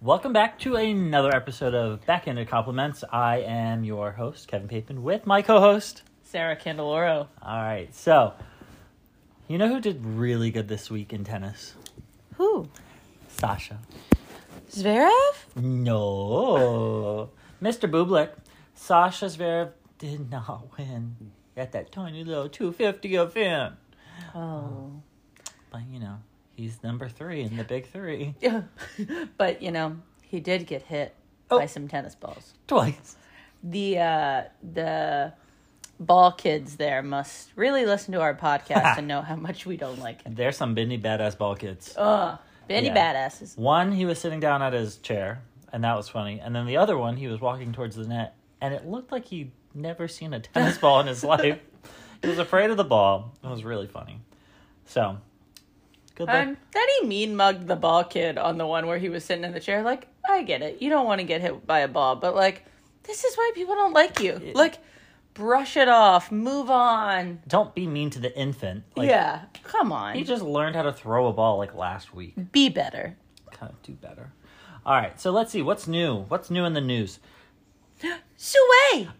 Welcome back to another episode of Backhanded Compliments. I am your host, Kevin Papin, with my co host. Sarah Candeloro. All right, so you know who did really good this week in tennis? Who? Sasha. Zverev? No. Mr. Bublik, Sasha Zverev did not win at that tiny little 250 event. Oh. But, you know, he's number three in the big three. but, you know, he did get hit Oh. by some tennis balls. Twice. The uh the ball kids there must really listen to our podcast and know how much we don't like it. There's some Bendy Badass Ball kids. Ugh. Benny Yeah. badasses. One, he was sitting down at his chair, and that was funny. And then the other one, he was walking towards the net, and it looked like he'd never seen a tennis ball in his life. He was afraid of the ball. It was really funny. So, good luck. Um, that he mean mugged the ball kid on the one where he was sitting in the chair. Like, I get it. You don't want to get hit by a ball, but like, this is why people don't like you. Like, brush it off, move on. Don't be mean to the infant. Like, yeah, come on. He just learned how to throw a ball like last week. be better. Kind of do better. All right, so let's see what's new. What's new in the news? Sue.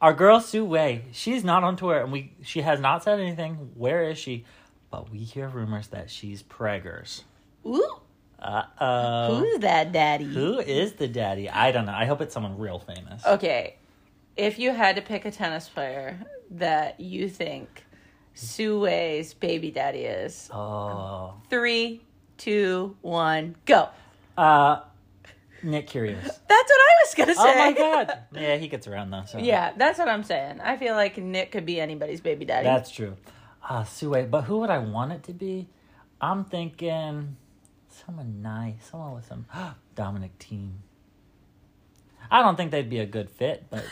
Our girl Sue Wei, she's not on tour, and we she has not said anything. Where is she? But we hear rumors that she's preggers. Ooh, Uh oh. who's that daddy? Who is the daddy? I don't know. I hope it's someone real famous. Okay, if you had to pick a tennis player that you think Sue's baby daddy is, Oh. three, two, one, go. Uh, Nick Curious. That's what I was gonna say. oh my god. Yeah, he gets around though. So yeah, that's what I'm saying. I feel like Nick could be anybody's baby daddy. that's true. Ah, Sue. But who would I want it to be? I'm thinking someone nice, someone with some Dominic Team. I don't think they'd be a good fit, but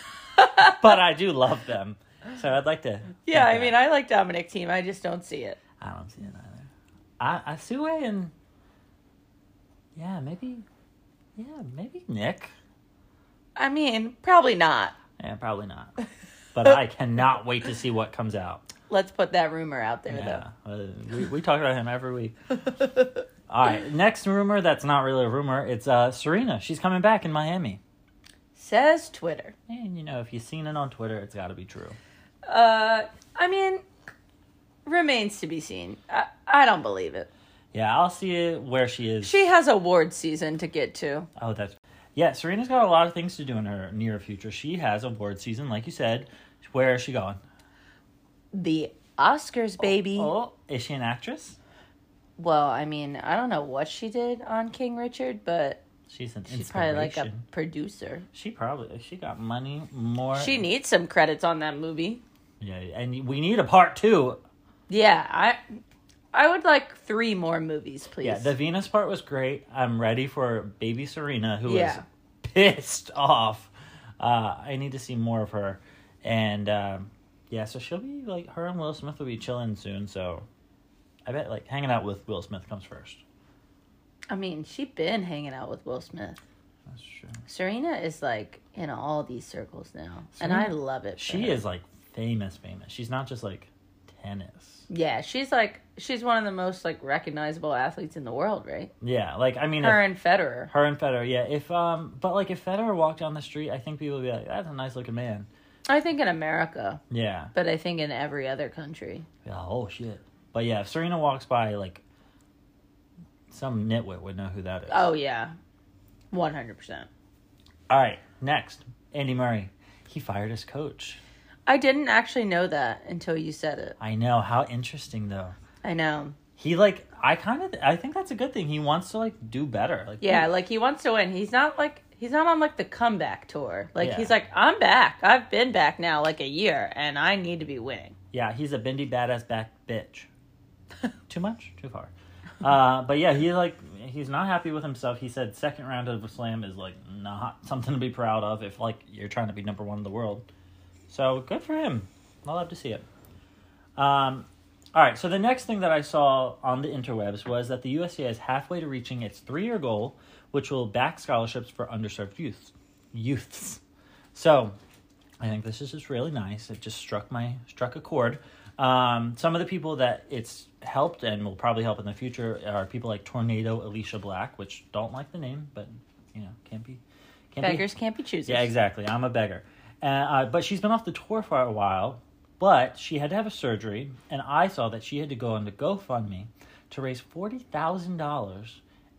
but I do love them, so I'd like to. yeah, I mean, I like Dominic Team. I just don't see it. I don't see it either. I, I Sue and yeah, maybe, yeah, maybe Nick. I mean, probably not. Yeah, probably not. But I cannot wait to see what comes out. Let's put that rumor out there, Yeah, Uh, we, we talk about him every week. All right, next rumor that's not really a rumor. It's uh, Serena. She's coming back in Miami. though. Says Twitter. And you know, if you've seen it on Twitter, it's got to be true. Uh, I mean, remains to be seen. I, I don't believe it. Yeah, I'll see it where she is. She has award season to get to. Oh, that's yeah. Serena's got a lot of things to do in her near future. She has award season, like you said. Where is she going? The Oscars, baby. Oh, is she an actress? Well, I mean, I don't know what she did on King Richard, but She's an she's inspiration. probably like a producer. She probably she got money more. She needs some credits on that movie. yeah, and we need a part two. Yeah, I, I would like three more movies, please. Yeah, the Venus part was great. I'm ready for baby Serena, who is Yeah. pissed off. Uh, I need to see more of her, and um, yeah, so she'll be like her and Will Smith will be chilling soon. So, I bet like hanging out with Will Smith comes first. I mean, she been hanging out with Will Smith. That's true. Serena is like in all these circles now, and I Serena- love it. for She her. is like famous, famous. She's not just like tennis. Yeah, she's like she's one of the most like recognizable athletes in the world, right? Yeah, like I mean, if- Her and Federer. Her and Federer, yeah. If um, but like if Federer walked down the street, I think people would be like, "That's a nice looking man." I think in America, Yeah. but I think in every other country. yeah. Oh shit. But yeah, if Serena walks by, like, some nitwit would know who that is. Oh yeah. 100%. All right. Next, Andy Murray. He fired his coach. I didn't actually know that until you said it. I know. How interesting though. I know. He like I kind of I think that's a good thing. He wants to like do better. Like Yeah, like he wants to win. He's not like he's not on like the comeback tour. Like Yeah. he's like I'm back. I've been back now like a year and I need to be winning. Yeah, he's a bendy badass back bitch. Too much? Too far. Uh, but yeah, he like he's not happy with himself. He said second round of a slam is like not something to be proud of if like you're trying to be number one in the world. So good for him. I'll have to see it. Um, all right. So the next thing that I saw on the interwebs was that the USDA is halfway to reaching its three-year goal, which will back scholarships for underserved youth, youths. So I think this is just really nice. It just struck my struck a chord. Um, some of the people that it's helped and will probably help in the future are people like Tornado Alicia Black, which don't like the name, but you know, can't be, can't be Beggars can't be choosers. yeah, exactly. I'm a beggar. Uh, uh, but she's been off the tour for a while, but she had to have a surgery, and I saw that she had to go on to GoFundMe to raise $40,000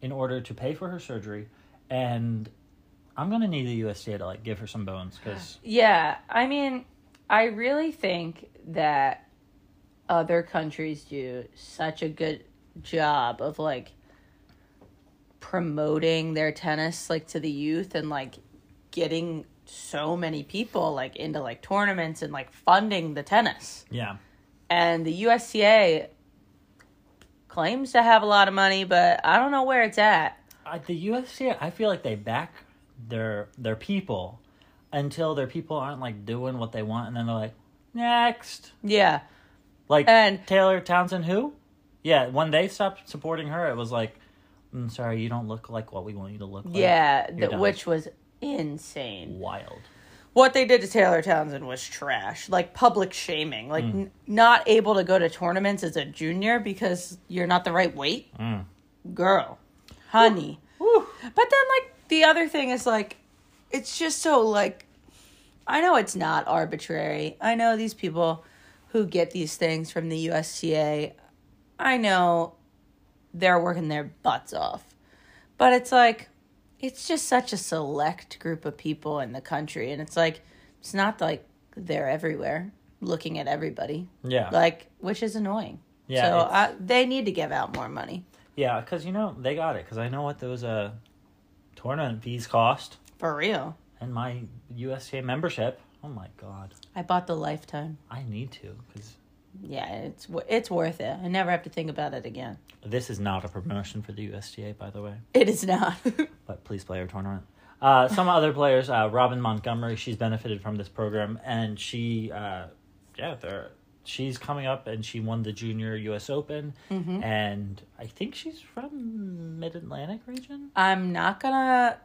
in order to pay for her surgery. And I'm going to need the USDA to like give her some bones because Yeah, I mean, I really think that other countries do such a good job of like promoting their tennis like to the youth and like getting so many people like into like tournaments and like funding the tennis. yeah, And the USCA claims to have a lot of money, but I don't know where it's at. I, the USDA, I feel like they back their their people until their people aren't like doing what they want, and then they're like next. Yeah. Like And- Taylor Townsend, who? Yeah, when they stopped supporting her, it was like, "I'm sorry, you don't look like what we want you to look like." Yeah, You're th- done. which was insane. wild. what they did to Taylor Townsend was trash. Like public shaming. Like n- not able to go to tournaments as a junior because you're not the right weight. Girl, honey. But then like the other thing is like it's just so like I know it's not arbitrary. I know these people who get these things from the USCA. I know they're working their butts off. But it's like it's just such a select group of people in the country and it's like it's not like they're everywhere looking at everybody Yeah, like which is annoying Yeah, so it's- I, they need to give out more money yeah, because you know they got it. Because I know what those uh tournament fees cost, for real and my USTA membership. Oh my god, i bought the lifetime I need to because yeah it's wo- it's worth it i never have to think about it again this is not a promotion for the USTA, by the way. it is not but please play her tournament. Uh, some other players, uh, Robin Montgomery, she's benefited from this program, and she, uh, yeah, they're, she's coming up, and she won the Junior U.S. Open, and I think she's from Mid Atlantic region. i'm not gonna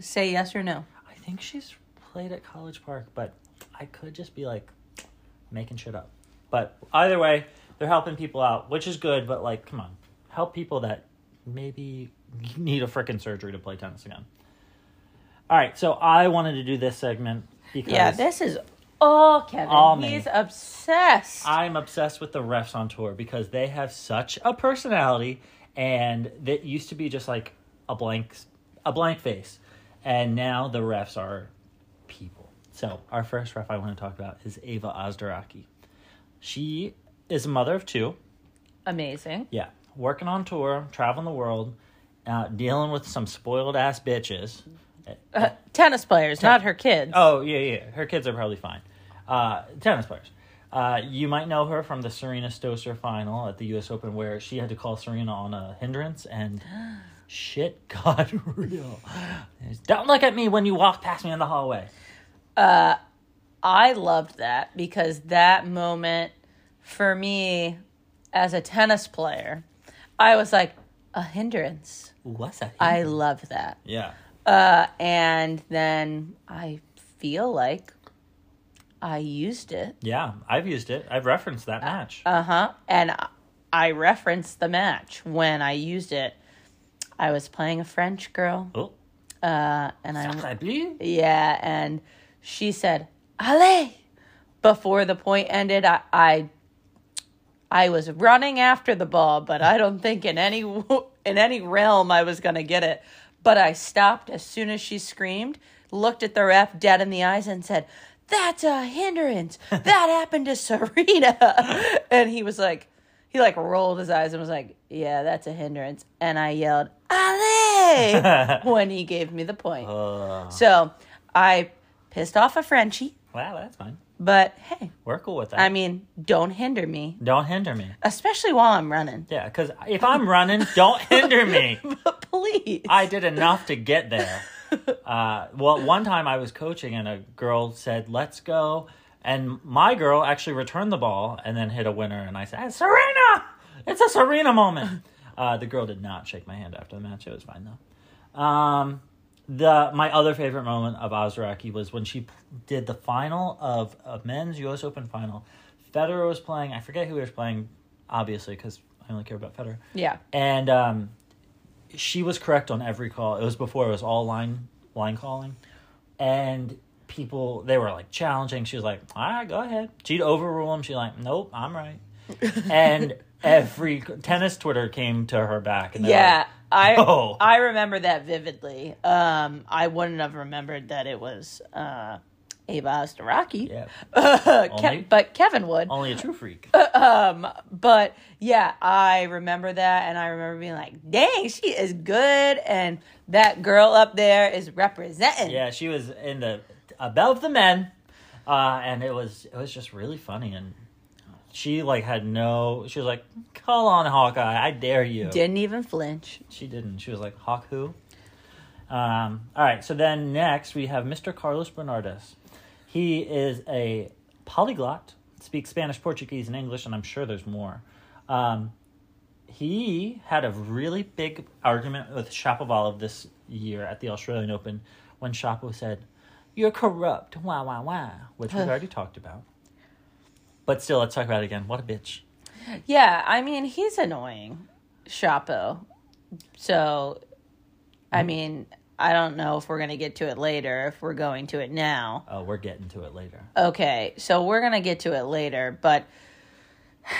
say yes or no I think she's played at College Park, but I could just be like making shit up. But either way, they're helping people out, which is good. But like, come on, help people that maybe need a frickin' surgery to play tennis again. All right, so I wanted to do this segment because yeah this is all kevin All me. he's obsessed I'm obsessed with the refs on tour because they have such a personality, and that used to be just like a blank, a blank face, and now the refs are people. So our first ref I want to talk about is Ava Ozderaki. She is a mother of two. amazing Yeah, working on tour, traveling the world, uh, dealing with some spoiled ass bitches. Uh, tennis players not her kids Oh yeah, yeah. Her kids are probably fine. Uh, tennis players. Uh, you might know her from the Serena Stosur final at the U.S. Open, where she had to call Serena on a hindrance, and shit got real. Don't look at me when you walk past me in the hallway. I loved that because that moment for me as a tennis player, I was like, a hindrance. What's that? I love that. yeah, Uh, and then I feel like I used it. yeah. I've used it. I've referenced that match. Uh huh. And I- I referenced the match when I used it. I was playing a French girl, oh, uh, and I sacre bleu. Yeah, and she said, "Allez!" Before the point ended, I, I, I was running after the ball, but I don't think in any in any realm I was gonna get it. But I stopped as soon as she screamed, looked at the ref dead in the eyes, and said, "That's a hindrance. That happened to Serena." and he was like, he like rolled his eyes and was like, "Yeah, that's a hindrance." And I yelled, "Allez!" when he gave me the point. So I pissed off a Frenchie, Wow, that's fine. but hey, We're cool with that. I mean, don't hinder me, don't hinder me. especially while I'm running. Yeah, because if I'm running, don't hinder me. Please. I did enough to get there. Uh, well, one time I was coaching and a girl said, "Let's go," and my girl actually returned the ball and then hit a winner. And I said, "Serena, it's a Serena moment." Uh, the girl did not shake my hand after the match. It was fine though. Um, the my other favorite moment of Ozraki was when she p- did the final of a men's U.S. Open final. Federer was playing. I forget who he was playing, obviously, because I only care about Federer yeah. and um, she was correct on every call. It was before it was all line line calling, and people they were like challenging. She was like, "All right, go ahead." She'd overrule them. She like, "Nope, I'm right," and every tennis Twitter came to her back. And they're Yeah, I Oh. I remember that vividly. Um, I wouldn't have remembered that it was uh, Ava Astaraki. like, yeah, Only- Ke- but Kevin would. only a true freak. But yeah, I remember that, and I remember being like, "Dang, she is good," and that girl up there is representing. Yeah, she was in the above the men, uh, and it was it was just really funny, and she like had no. She was like, "Call on Hawkeye, I dare you." Didn't even flinch. She didn't. She was like, "Hawk who?" Um, all right. So then next we have Mr. Carlos Bernardes. He is a polyglot, speaks Spanish, Portuguese, and English, and I'm sure there's more. Um, he had a really big argument with Shapovalov this year at the Australian Open when Shapo said, "You're corrupt." Wah wah wah, which we've already talked about. But still, let's talk about it again. What a bitch. Yeah, I mean he's annoying, Shapo. So, I mean, I don't know if we're gonna get to it later. If we're going to it now, Oh, we're getting to it later. Okay, so we're gonna get to it later, but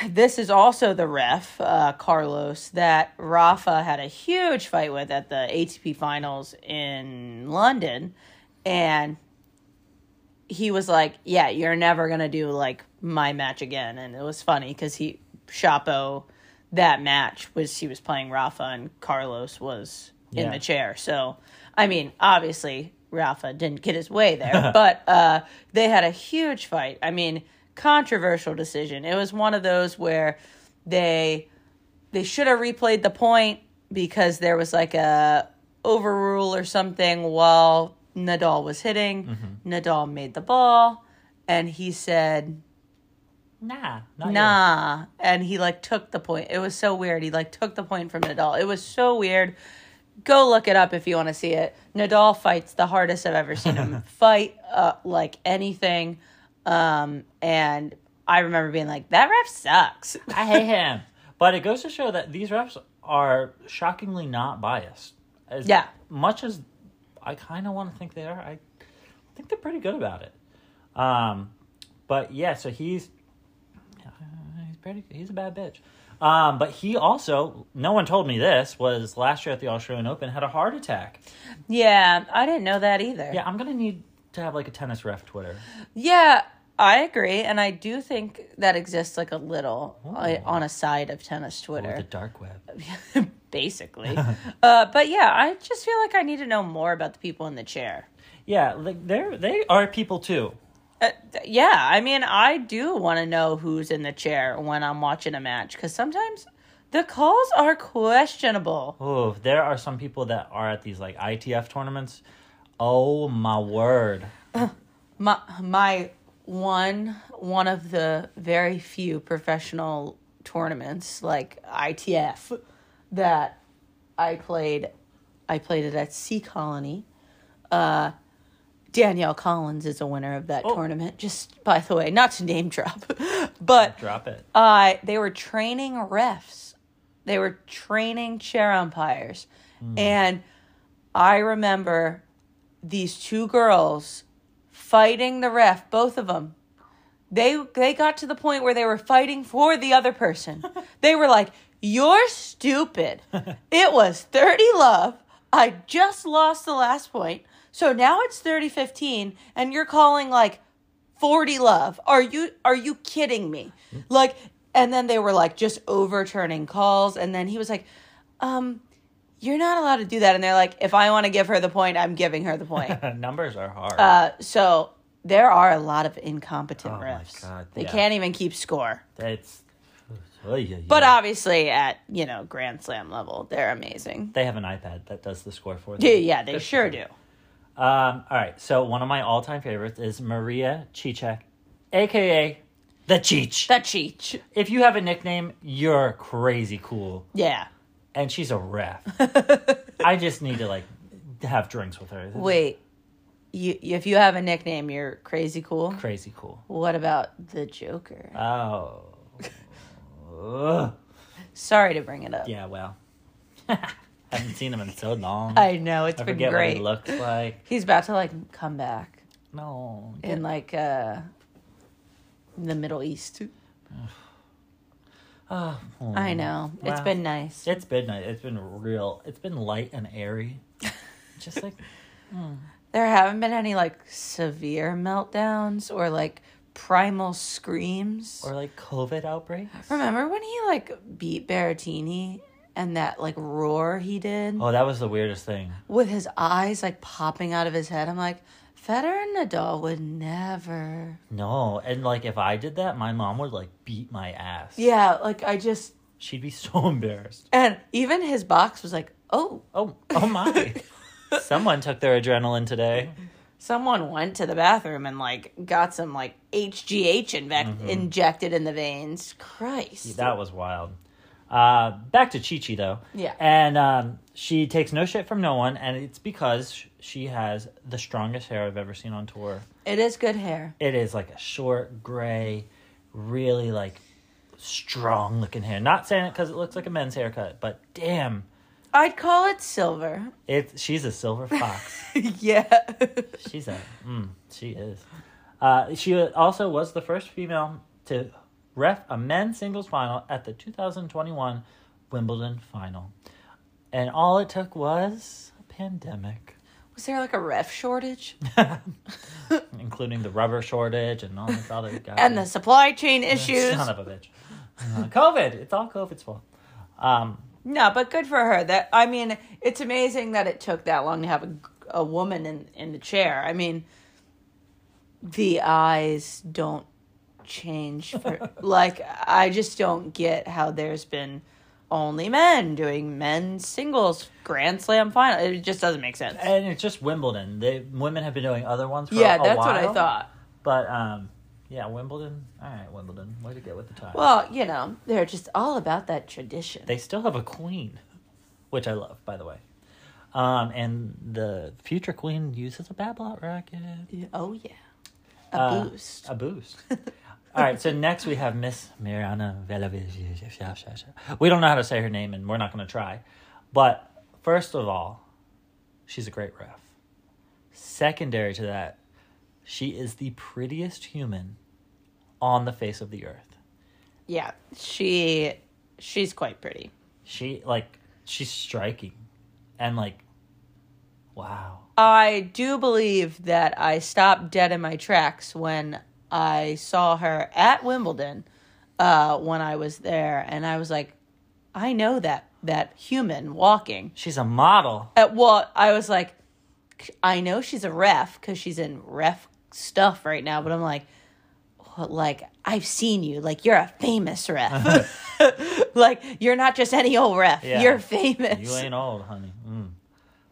this is also the ref, uh, Carlos, that Rafa had a huge fight with at the ATP Finals in London, and he was like, "Yeah, you're never gonna do like my match again," and it was funny because he Chapo that match was he was playing Rafa and Carlos was in Yeah. the chair, so I mean, obviously Rafa didn't get his way there, but uh, they had a huge fight. I mean, controversial decision. It was one of those where they they should have replayed the point because there was like a overrule or something while Nadal was hitting. Nadal made the ball and he said, Nah, not you. nah. And he like took the point. It was so weird. He like took the point from Nadal. It was so weird. Go look it up if you want to see it. Nadal fights the hardest I've ever seen him fight, uh, like anything. Um, and I remember being like, that ref sucks. I hate him. But it goes to show that these refs are shockingly not biased. As Yeah. Much as I kind of want to think they are, I think they're pretty good about it. Um, but yeah, so he's uh, he's pretty he's a bad bitch. Um, but he also, no one told me this, was last year at the Australian Open had a heart attack. Yeah, I didn't know that either. Yeah, I'm gonna need to have like a tennis ref Twitter. Yeah, I agree, and I do think that exists like a little uh, on a side of tennis Or the Twitter, dark web. basically. uh, but yeah, I just feel like I need to know more about the people in the chair. Yeah, like they're they are people too. Uh, th- yeah, I mean, I do want to know who's in the chair when I'm watching a match because sometimes the calls are questionable. Oh, there are some people that are at these like ITF tournaments. Oh my word. my my one one of the very few professional tournaments like ITF that I played I played it at Sea Colony. Uh Danielle Collins is a winner of that tournament just by the way, not to name drop. but Drop it. uh, they were training refs. They were training chair umpires. And I remember these two girls fighting the ref, both of them. They they got to the point where they were fighting for the other person. they were like, "You're stupid." it was 30 love. I just lost the last point. So now it's 30-15 and you're calling like 40 love are you are you kidding me like and then they were like just overturning calls and then he was like um you're not allowed to do that and they're like if i want to give her the point i'm giving her the point Numbers are hard. uh, so there are a lot of incompetent Oh my refs God, they yeah. can't even keep score it's oh, yeah, but uh, yeah. obviously at you know grand slam level they're amazing they have an iPad that does the score for them. yeah yeah they sure do Um, all right. So one of my all-time favorites is Maria Chichek, aka the Cheech. that cheech if you have a nickname, you're crazy cool, yeah and she's a ref. I just need to like have drinks with her. This is wait you if you have a nickname you're crazy cool crazy cool. what about the joker Oh. Ugh. Sorry to bring it up. Yeah, well. Haven't seen him in so long. I know it's I been forget what great. he looks like. He's about to like come back No. in like uh the Middle East. Ah, hmm. I know. It's Wow. been nice. It's been nice. It's been real. It's been light and airy. Just like There haven't been any like severe meltdowns or like primal screams. or like COVID outbreaks. Remember when he like beat Berrettini and that like roar he did Oh, that was the weirdest thing. with his eyes like popping out of his head? I'm like, Federer and Nadal would never. No, and like if I did that, my mom would like beat my ass. Yeah, like I just She'd be so embarrassed. and even his box was like, oh, Oh, oh my. Someone took their adrenaline today. someone went to the bathroom and like got some like HGH inve- injected in the veins. Christ. That was wild. Uh, back to Chi Chi though. Yeah. And um, she takes no shit from no one, and it's because sh- she has the strongest hair I've ever seen on tour. It is good hair. It is like a short gray, really like strong looking hair. Not saying it because it looks like a men's haircut, but damn, I'd call it silver. it. She's a silver fox. yeah. She's a. Mm, she is. Uh, she also was the first female to ref a men's singles final at the 2021 Wimbledon final. And all it took was a pandemic, was there like a ref shortage? including the rubber shortage and all this other guy. and the supply chain issues. Son of a bitch. Uh, COVID. It's all COVID's fault. Um, No, but good for her. That I mean, it's amazing that it took that long to have a, a woman in in the chair. I mean, the eyes don't change for like I just don't get how there's been only men doing men's singles grand slam final. It just doesn't make sense. and it's just Wimbledon. They women have been doing other ones for yeah, a that's what I while, thought. But um, yeah, Wimbledon. All right, Wimbledon. Way to get with the time. Well, you know, they're just all about that tradition. they still have a queen, which I love, by the way. Um, and the future queen uses a Babolat racket. oh yeah, a Uh, boost. A boost. All right, so next we have Miss Mirana Velavizia. We don't know how to say her name, and we're not going to try. But first of all, she's a great ref. Secondary to that, she is the prettiest human on the face of the earth. yeah, she she's quite pretty. She like she's striking, and like, wow. I do believe that I stopped dead in my tracks when I saw her at Wimbledon uh, when I was there, and I was like, I know that that human walking. She's a model. At well, I was like, I know she's a ref because she's in ref stuff right now, but I'm like, what, like I've seen you, like you're a famous ref, like you're not just any old ref, Yeah. you're famous. You ain't old, honey. Mm.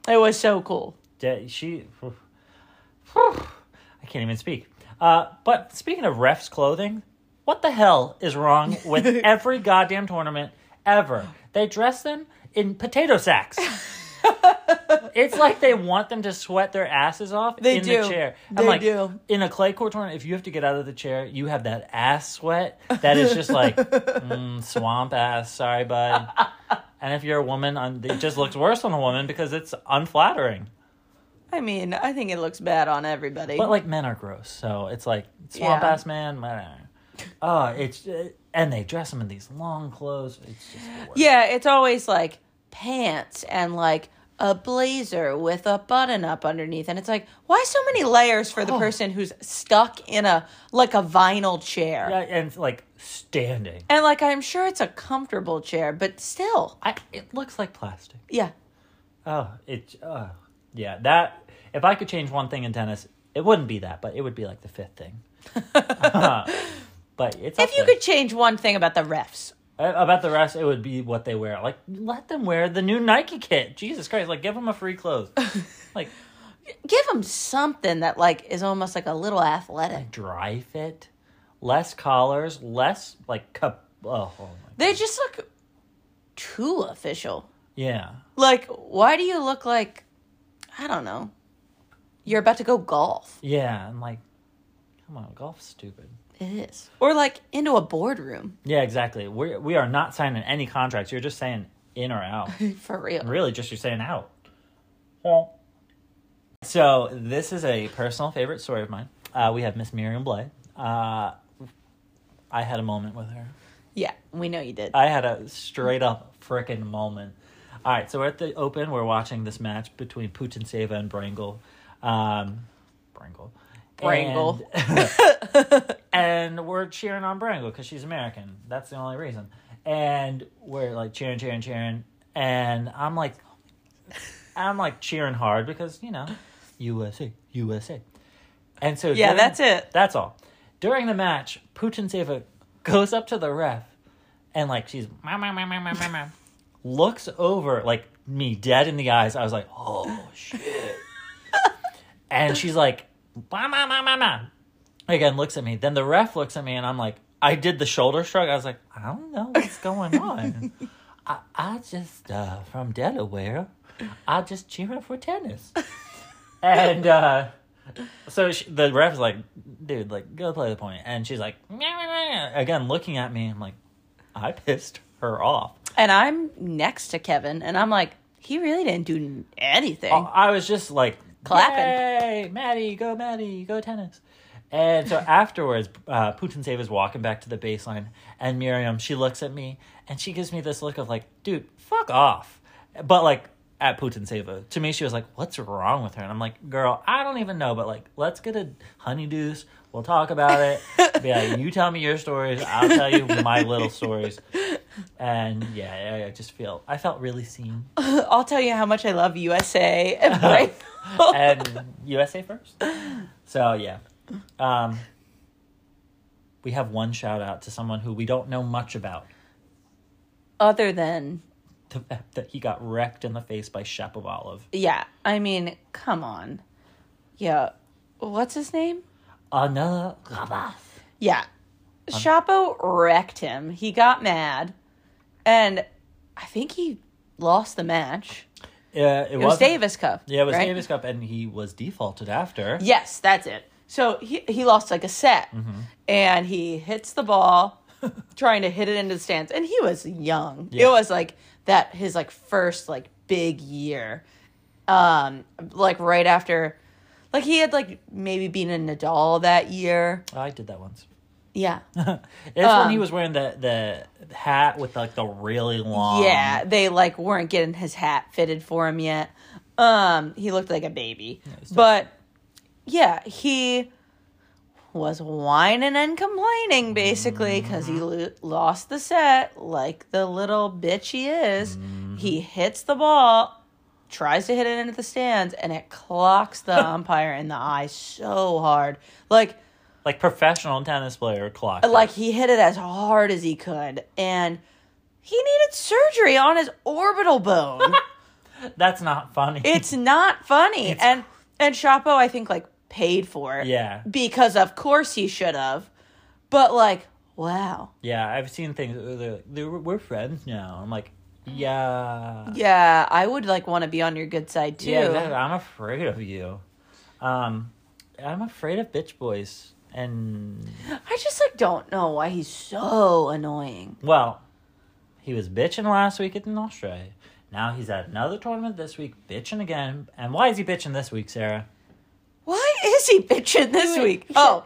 it was so cool. Da- She. I can't even speak. Uh, but speaking of refs' clothing, what the hell is wrong with every goddamn tournament ever? They dress them in potato sacks. it's like they want them to sweat their asses off They in do. the chair. They I'm like, do. In a clay court tournament, if you have to get out of the chair, you have that ass sweat that is just like mm, swamp ass. Sorry, bud. And if you're a woman, on it just looks worse on a woman because it's unflattering. I mean, I think it looks bad on everybody. But like men are gross, so it's like swamp Yeah. ass man. blah. Oh, it's and they dress them in these long clothes. It's just the worst. Yeah, it's always like pants and like a blazer with a button up underneath. And it's like, why so many layers for the person who's stuck in a like a vinyl chair? Yeah, and it's like standing. And like I'm sure it's a comfortable chair, but still. I it looks like plastic. Yeah. Oh, it. Oh, yeah. That if I could change one thing in tennis, it wouldn't be that, but it would be like the fifth thing. but it's up If you there. could change one thing about the refs. A- about the rest, it would be what they wear. Like let them wear the new Nike kit. Jesus Christ! Like give them a free clothes. like Give them something that like is almost like a little Mm. athletic. dry fit, less collars, less like cup. Oh, oh my. They just look too official. yeah. Like, why do you look like I don't know. You're about to go golf. Yeah, and like, come on, golf's stupid. It is. Or like into a boardroom. Yeah, exactly. We we are not signing any contracts. You're just saying in or out. For real. Really, just you're saying out. Well. So this is a personal favorite story of mine. Uh, we have Miss Miriam Blay. Uh, I had a moment with her. Yeah, we know you did. I had a straight up frickin' moment. All right, so we're at the Open. We're watching this match between Putin and Brangle. Um, Brangle. Brangle. And, and we're cheering on Brangle because she's American. That's the only reason. And we're like cheering, cheering, cheering. And I'm like, I'm like cheering hard because, you know, USA, USA. And so Yeah, during- that's it. That's all. During the match, Putin Seva goes up to the ref and like she's "Meow, meow, meow, meow, meow, meow, meow," looks over like me dead in the eyes. I was like, oh shit. and she's like, "Meow, meow, meow, meow, meow." again looks at me. Then the ref looks at me and I'm like, I did the shoulder shrug. I was like, I don't know what's going on. I, I just uh, from Delaware. I just cheering for tennis. and uh, so she, the ref's like, dude, like go play the point. And she's like, "Meow, meow, meow," again looking at me. I'm like, I pissed her off. And I'm next to Kevin, and I'm like, he really didn't do n- anything. Oh, I was just like Clapping. Hey, Maddie, go Maddie, go tennis. And so afterwards, uh, Putin Save is walking back to the baseline, and Miriam she looks at me and she gives me this look of like, dude, fuck off. But like at Putin Seva. To me, she was like, "What's wrong with her?" And I'm like, "Girl, I don't even know." But like, let's get a honey deuce. We'll talk about it. Be like, you tell me your stories. I'll tell you my little stories. And yeah, I- I just feel I felt really seen. I'll tell you how much I love USA and Bravo. and USA first. So yeah, um, we have one shout out to someone who we don't know much about. Other than, The fact that he got wrecked in the face by Shapovalov. yeah, I mean, come on. Yeah. What's his name? Another Rabas. Yeah. Shapo wrecked him. He got mad. And I think he lost the match. Yeah, it, It was Davis Cup. Yeah, it was right? Davis Cup, and he was defaulted after. Yes, that's it. So he he lost like a set, and he hits the ball, trying to hit it into the stands, and he was young. Yeah. It was like that his like first like big year, um, like right after, like he had like maybe been in Nadal that year. I did that once. Yeah, It's when Um, he was wearing the the hat with like the really long. yeah, they like weren't getting his hat fitted for him yet. Um, he looked like a baby, was but yeah, he was whining and complaining basically because he lo- lost the set, like the little bitch he is. He hits the ball, tries to hit it into the stands, and it clocks the umpire in the eye so hard, like like professional tennis player clock. like he hit it as hard as he could and he needed surgery on his orbital bone that's not funny. it's not funny and and Chapo I think like paid for it yeah, because of course he should have but like wow Yeah, I've seen things. where They're like, they're, we're friends now. I'm like, yeah, yeah I would like want to be on your good side too yeah. exactly. I'm afraid of you. Um, I'm afraid of bitch boys. And I just like don't know why he's so annoying well, he was bitching last week in Australia. Now he's at another tournament this week, bitching again. And why is he bitching this week, Sarah? Why is he bitching this week? Oh,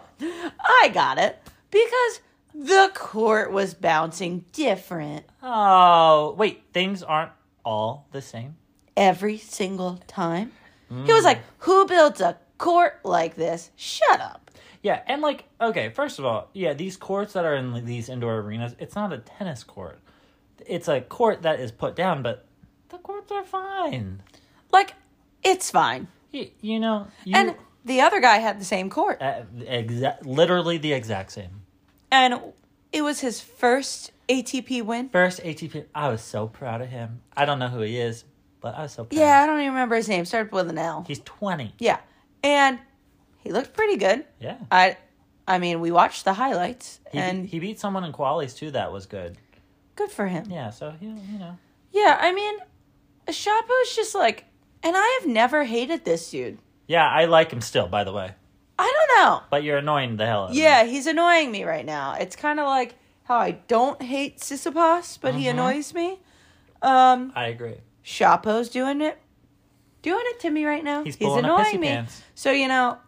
I got it. Because the court was bouncing different Oh, wait, things aren't all the same. every single time. He Mm. was like, Who builds a court like this? Shut up. Yeah, and like, okay, first of all, yeah, these courts that are in these indoor arenas, it's not a tennis court. It's a court that is put down, but the courts are fine. Like, it's fine. You, you know, you, And the other guy had the same court. uh, exa- literally the exact same. And it was his first ATP win. First ATP, I was so proud of him. I don't know who he is, but I was so proud. Yeah, I don't even remember his name. Started with an L. He's 20. Yeah. And he looked pretty good. Yeah. I I mean, we watched the highlights He, Uh, and he beat someone in qualies too that was good. good for him. Yeah, so, he, you know. Yeah, I mean, Shapo's just like, and I have never hated this dude. Yeah, I like him still, by the way. I don't know. But you're annoying the hell out of me. Yeah, he's annoying me Mm-hmm. right now. It's kind of like how I don't hate Sisypas, but he annoys me. Um, I agree. Chapo's doing it, doing it to me right now. He's pulling a pissy pants. So you know,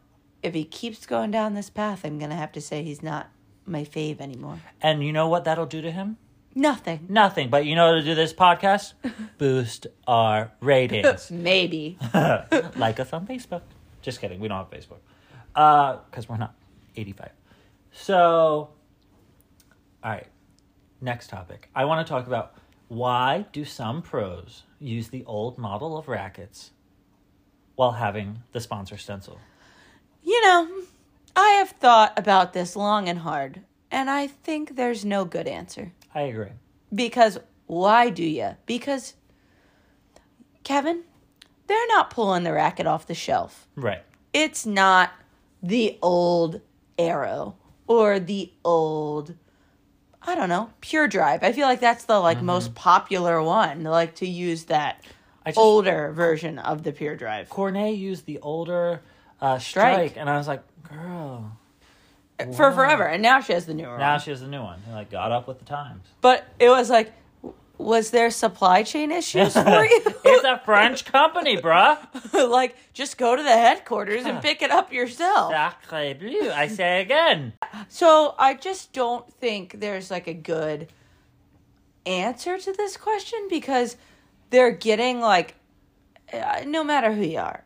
if he keeps going down this path, I'm gonna have to say he's not my fave anymore. And you know what that'll do to him? Nothing. Nothing. But you know how to do this podcast? Boost our ratings. Maybe. like us on Facebook. Just kidding. We don't have Facebook. Because we're not 85. So, all right. Next topic. I want to talk about why do some pros use the old model of rackets while having the sponsor stencil? You know, I have thought about this long and hard, and I think there's no good answer. I agree. Because why do you? Because, Kevin, they're not pulling the racket off the shelf. Right. It's not the old arrow or the old, I don't know, pure drive. I feel like that's the like most popular one, like to use that Mm-hmm. I just, older version of the pure drive. Cornet used the older uh, strike, Strike. and I was like, girl. For forever. And now she has the newer Now one. she has the new one. They, like got up with the times. But it was like, w- was there supply chain issues for you? it's a French company, bruh. like, just go to the headquarters and pick it up Oh. yourself. Sacre bleu! I say again. So I just don't think there's like a good answer to this question because they're getting like, uh, no matter who you are,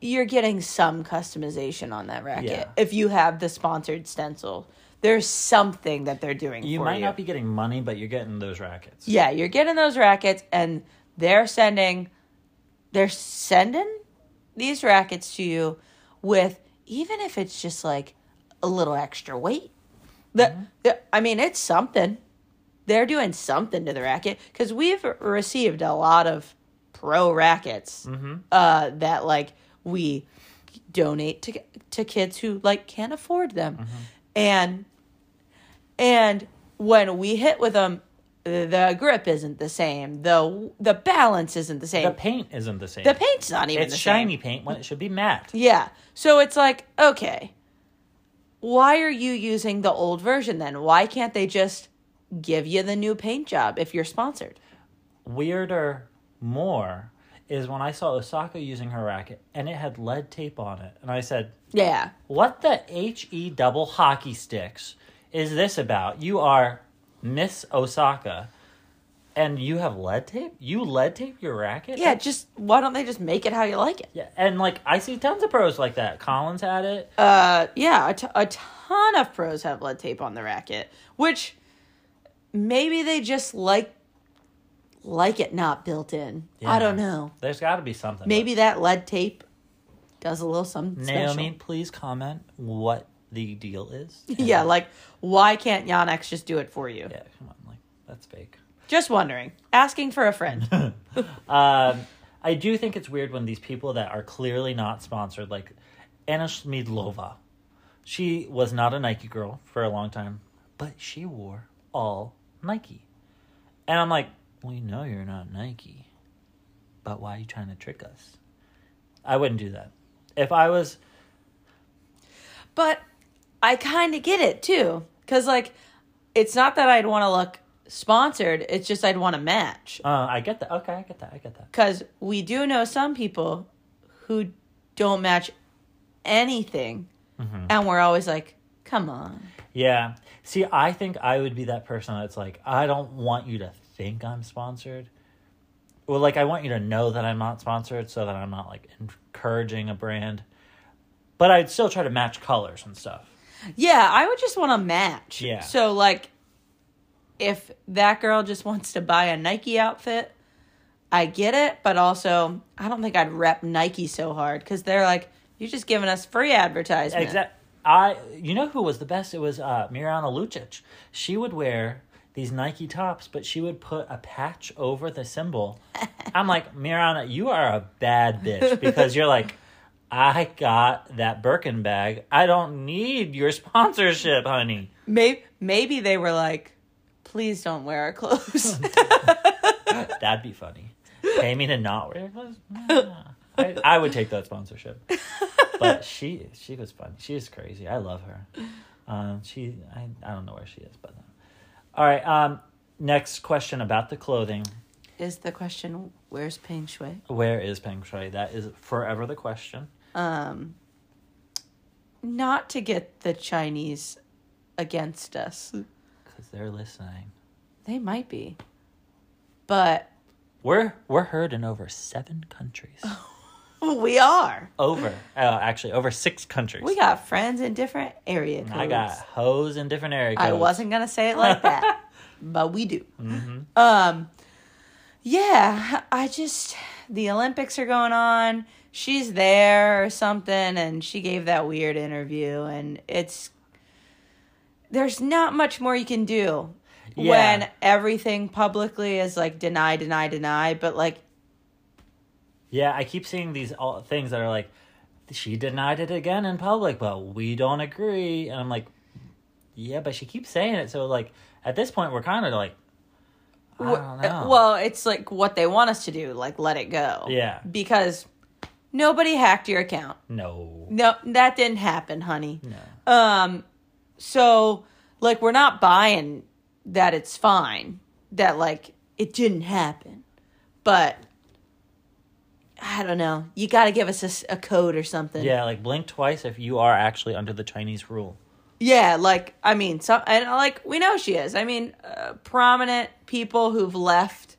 you're getting some customization on that racket. Yeah. If you have the sponsored stencil, there's something that they're doing You for might you. not be getting money, but you're getting those rackets. Yeah, you're getting those rackets, and they're sending, they're sending these rackets to you with even if it's just like a little extra weight. The, the I mean, it's something. They're doing something to the racket because we've received a lot of pro rackets Mm-hmm. uh, that like we donate to to kids who like can't afford them, Mm-hmm. and and when we hit with them, the grip isn't the same. the The balance isn't the same. The The, paint isn't the same. paint's not even it's the same. shiny paint when it should be matte. Yeah. So it's like, okay, why are you using the old version then? Why can't they just give you the new paint job if you're sponsored? Weirder, more is when I saw Osaka using her racket and it had lead tape on it, and I said, Yeah. What the H E double hockey sticks is this about? You are Miss Osaka and you have lead tape? You lead tape your racket? Yeah, just why don't they just make it how you like it? Yeah. And like I see tons of pros like that. Collins had it. Uh, yeah, a, t- a ton of pros have lead tape on the racket, which maybe they just like like it not built in. I don't Yeah. know. There's gotta be something. Maybe that lead tape does a little something special. Naomi, please comment what the deal is. Yeah, like why can't Yonex just do it for you? Yeah, come on, like that's fake. Just wondering. Asking for a friend. Um, I do think it's weird when these people that are clearly not sponsored, like Anna Shmidlova, she was not a Nike girl for a long time, but she wore all Nike. And I'm like, we know you're not Nike, but why are you trying to trick us? I wouldn't do that. If I was, but I kind of get it too. Because, like, it's not that I'd want to look sponsored, it's just I'd want to match. uh, I get that. Okay, I get that. I get that. Because we do know some people who don't match anything. And we're always like, come on. Yeah. See, I think I would be that person that's like, I don't want you to think I'm sponsored. Well, like, I want you to know that I'm not sponsored so that I'm not like encouraging a brand. But I'd still try to match colors and stuff. Yeah, I would just want to match. Yeah. So, like, if that girl just wants to buy a Nike outfit, I get it. But also, I don't think I'd rep Nike so hard because they're like, you're just giving us free advertisement. Exact. I, you know who was the best? It was uh, Mirana Lucic. She would wear these Nike tops, but she would put a patch over the symbol. I'm like, Mirana, you are a bad bitch because you're like, I got that Birkin bag. I don't need your sponsorship, honey. Maybe, maybe they were like, please don't wear our clothes. That'd be funny. Pay me to not wear your clothes? Nah. I, I would take that sponsorship. But she she was funny. She is crazy. I love her. Um, she I, I don't know where she is, but all right. Um, next question about the clothing. is the question where's Peng Shui? Where is Peng Shui? That is forever the question. Um, not to get the Chinese against us. Because they're listening. They might be. But We're we're heard in over seven countries. we are. over uh, actually over six countries. We got friends in different area codes. I got hoes in different areas. I wasn't gonna say it like that, but we do. Mm-hmm. Um, yeah, I just the Olympics are going on. She's there or something, and she gave that weird interview, and it's there's not much more you can do Yeah. when everything publicly is like deny, deny, deny. But like, Yeah, I keep seeing these all things that are like, she denied it again in public, but we don't agree. And I'm like, yeah, but she keeps saying it. So, like, at this point, we're kind of like, I wh- don't know. uh, well, it's like what they want us to do, like let it go, Yeah. because nobody hacked your account. no. No, that didn't happen, honey. No. Um, so like we're not buying that it's fine that like it didn't happen, but I don't know. You got to give us a s- a, code or something. Yeah, like, blink twice if you are actually under the Chinese rule. Yeah, like I mean, some and like we know she is. I mean, uh, prominent people who've left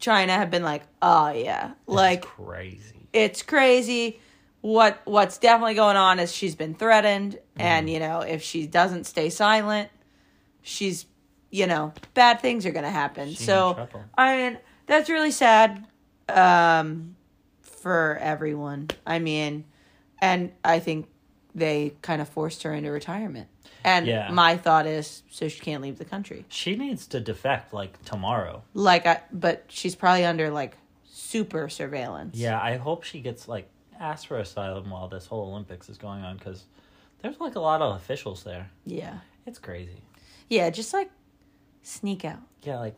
China have been like, oh yeah, like It's crazy. it's crazy. What what's definitely going on is she's been threatened, Mm-hmm. and you know if she doesn't stay silent, she's you know bad things are gonna happen. She's in so trouble. I mean that's really sad um, for everyone. I mean, and I think they kind of forced her into retirement. And Yeah. my thought is, so she can't leave the country. She needs to defect, like, tomorrow. Like, I, but she's probably under like super surveillance. Yeah, I hope she gets, like, asked for asylum while this whole Olympics is going on because there's, like, a lot of officials there. yeah. It's crazy. Yeah, just like sneak out. Yeah, like,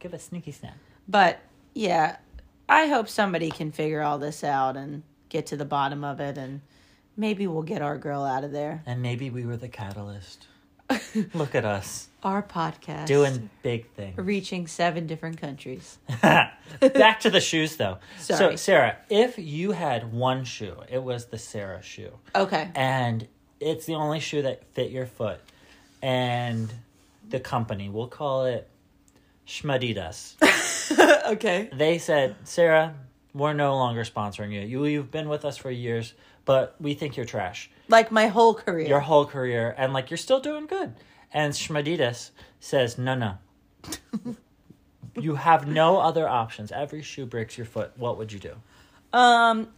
give a sneaky snap. But yeah, I hope somebody can figure all this out and get to the bottom of it and maybe we'll get our girl out of there. And maybe we were the catalyst. Look at us Our podcast doing big things. reaching seven different countries. Back to the shoes, though. So, Sorry. Sarah, if you had one shoe, it was the Sarah shoe, Okay. and it's the only shoe that fit your foot, and the company, we'll call it Schmadidas. okay. they said, Sarah, we're no longer sponsoring you. you. You've been with us for years, but we think you're trash. Like my whole career. your whole career and like you're still doing good. And Schmadidas says, No, no. you have no other options. Every shoe breaks your foot. What would you do? um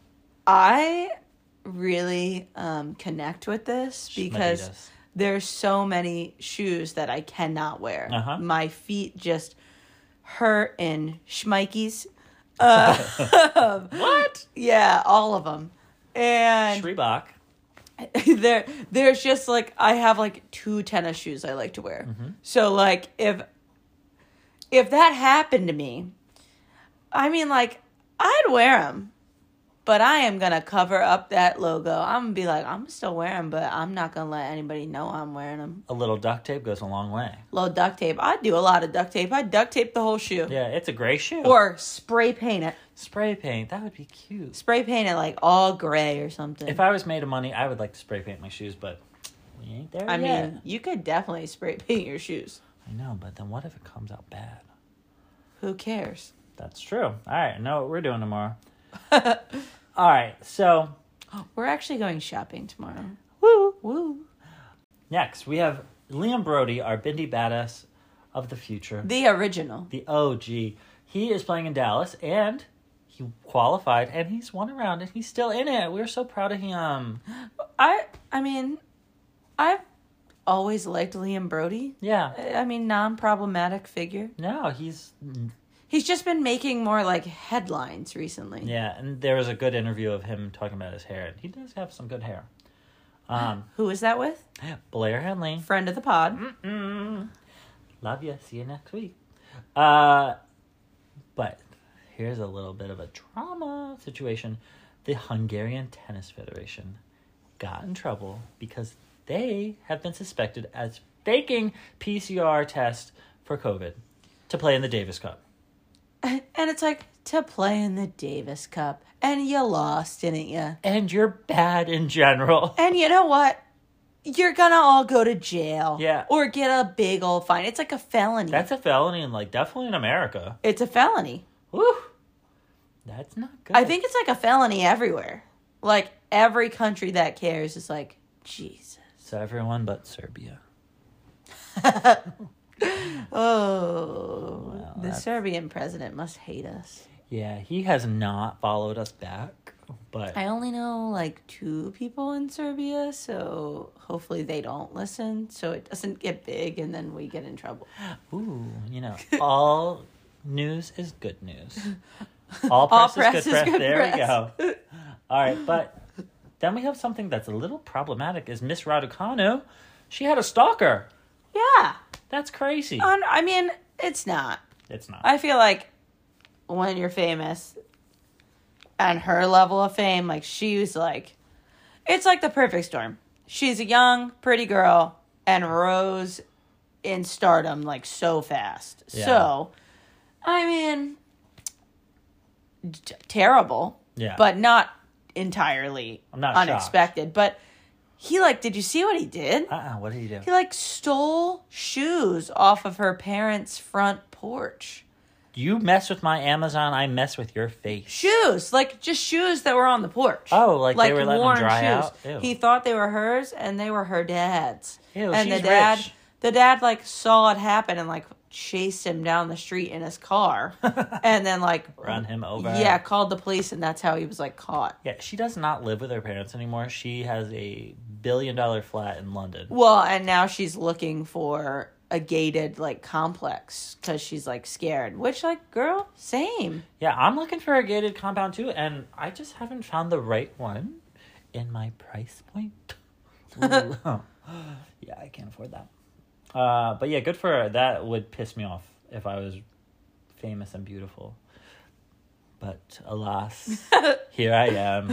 I really um connect with this because Schmadidas. there's so many shoes that I cannot wear. Uh-huh. My feet just hurt in schmikeys. What? Yeah, all of them. And Reebok. there there's just like I have like two tennis shoes I like to wear. Mm-hmm. So like if if that happened to me, I mean like I'd wear them. But I am going to cover up that logo. I'm going to be like I'm still wearing 'em, but I'm not going to let anybody know I'm wearing them. A little duct tape goes a long way. Little duct tape. I do a lot of duct tape. I duct tape the whole shoe Yeah, it's a gray shoe. or spray paint it. spray paint. That would be cute. Spray paint it like all gray or something. If I was made of money, I would like to spray paint my shoes, but we ain't there I yet. mean, you could definitely spray paint your shoes. I know, but then what if it comes out bad? Who cares? That's true. All right, I know what we're doing tomorrow. All right, so We're actually going shopping tomorrow. woo. Woo. Next, we have Liam Brody, our Bindi Badass of the future, The original. the OG. He is playing in Dallas, and he qualified, and he's won around, and he's still in it. We're so proud of him. I I mean, I've always liked Liam Brody. Yeah. I I mean, non-problematic figure. No, he's He's just been making more like headlines recently. yeah, and there was a good interview of him talking about his hair, and he does have some good hair. Um, Who is that with? Blair Henley, Friend of the pod. Mm. love you. See you next week. Uh, but here's a little bit of a drama situation. The Hungarian Tennis Federation got in trouble because they have been suspected as faking PCR tests for COVID to play in the Davis Cup. And it's like to play in the Davis Cup, and you lost, didn't you? And you're bad in general. And you know what? You're gonna all go to jail. Yeah. Or get a big old fine. It's like a felony. That's a felony, and like definitely in America. it's a felony. Woo. That's not good. I think it's like a felony everywhere. Like every country that cares is like, Jesus. so. Everyone but Serbia. Oh, the that's- Serbian president must hate us. Yeah, he has not followed us back, but I only know like two people in Serbia, so hopefully they don't listen so it doesn't get big and then we get in trouble. ooh, you know, all news is good news. All All press, is good press. there we go. All right, but then we have something that's a little problematic. Is Miss Raducanu? She had a stalker. Yeah. That's crazy. Un- I mean, it's not. it's not. I feel like when you're famous and her level of fame, like she was like, it's like the perfect storm. She's a young, pretty girl and rose in stardom like so fast. Yeah. So, I mean, t- terrible, Yeah. but not entirely I'm not shocked. unexpected. But he, like, did you see what he did? uh-uh, what did he do? He like stole shoes off of her parents' front porch. You mess with my Amazon, I mess with your face. Shoes, like just shoes that were on the porch. Oh, like they were letting them worn dry out? Ew. He thought they were hers, and they were her dad's. Ew, and she's the dad, rich. the dad, like saw it happen and like chased him down the street in his car, and then like Run him over. Yeah, called the police, and that's how he was like caught. Yeah, she does not live with her parents anymore. She has a billion dollar flat in London. Well, and now she's looking for a gated like complex because she's like scared. Which like girl, same. Yeah, I'm looking for a gated compound too, and I just haven't found the right one in my price point. Ooh. yeah, I can't afford that. Uh, but yeah, good for her. That would piss me off if I was famous and beautiful. But alas, here I am.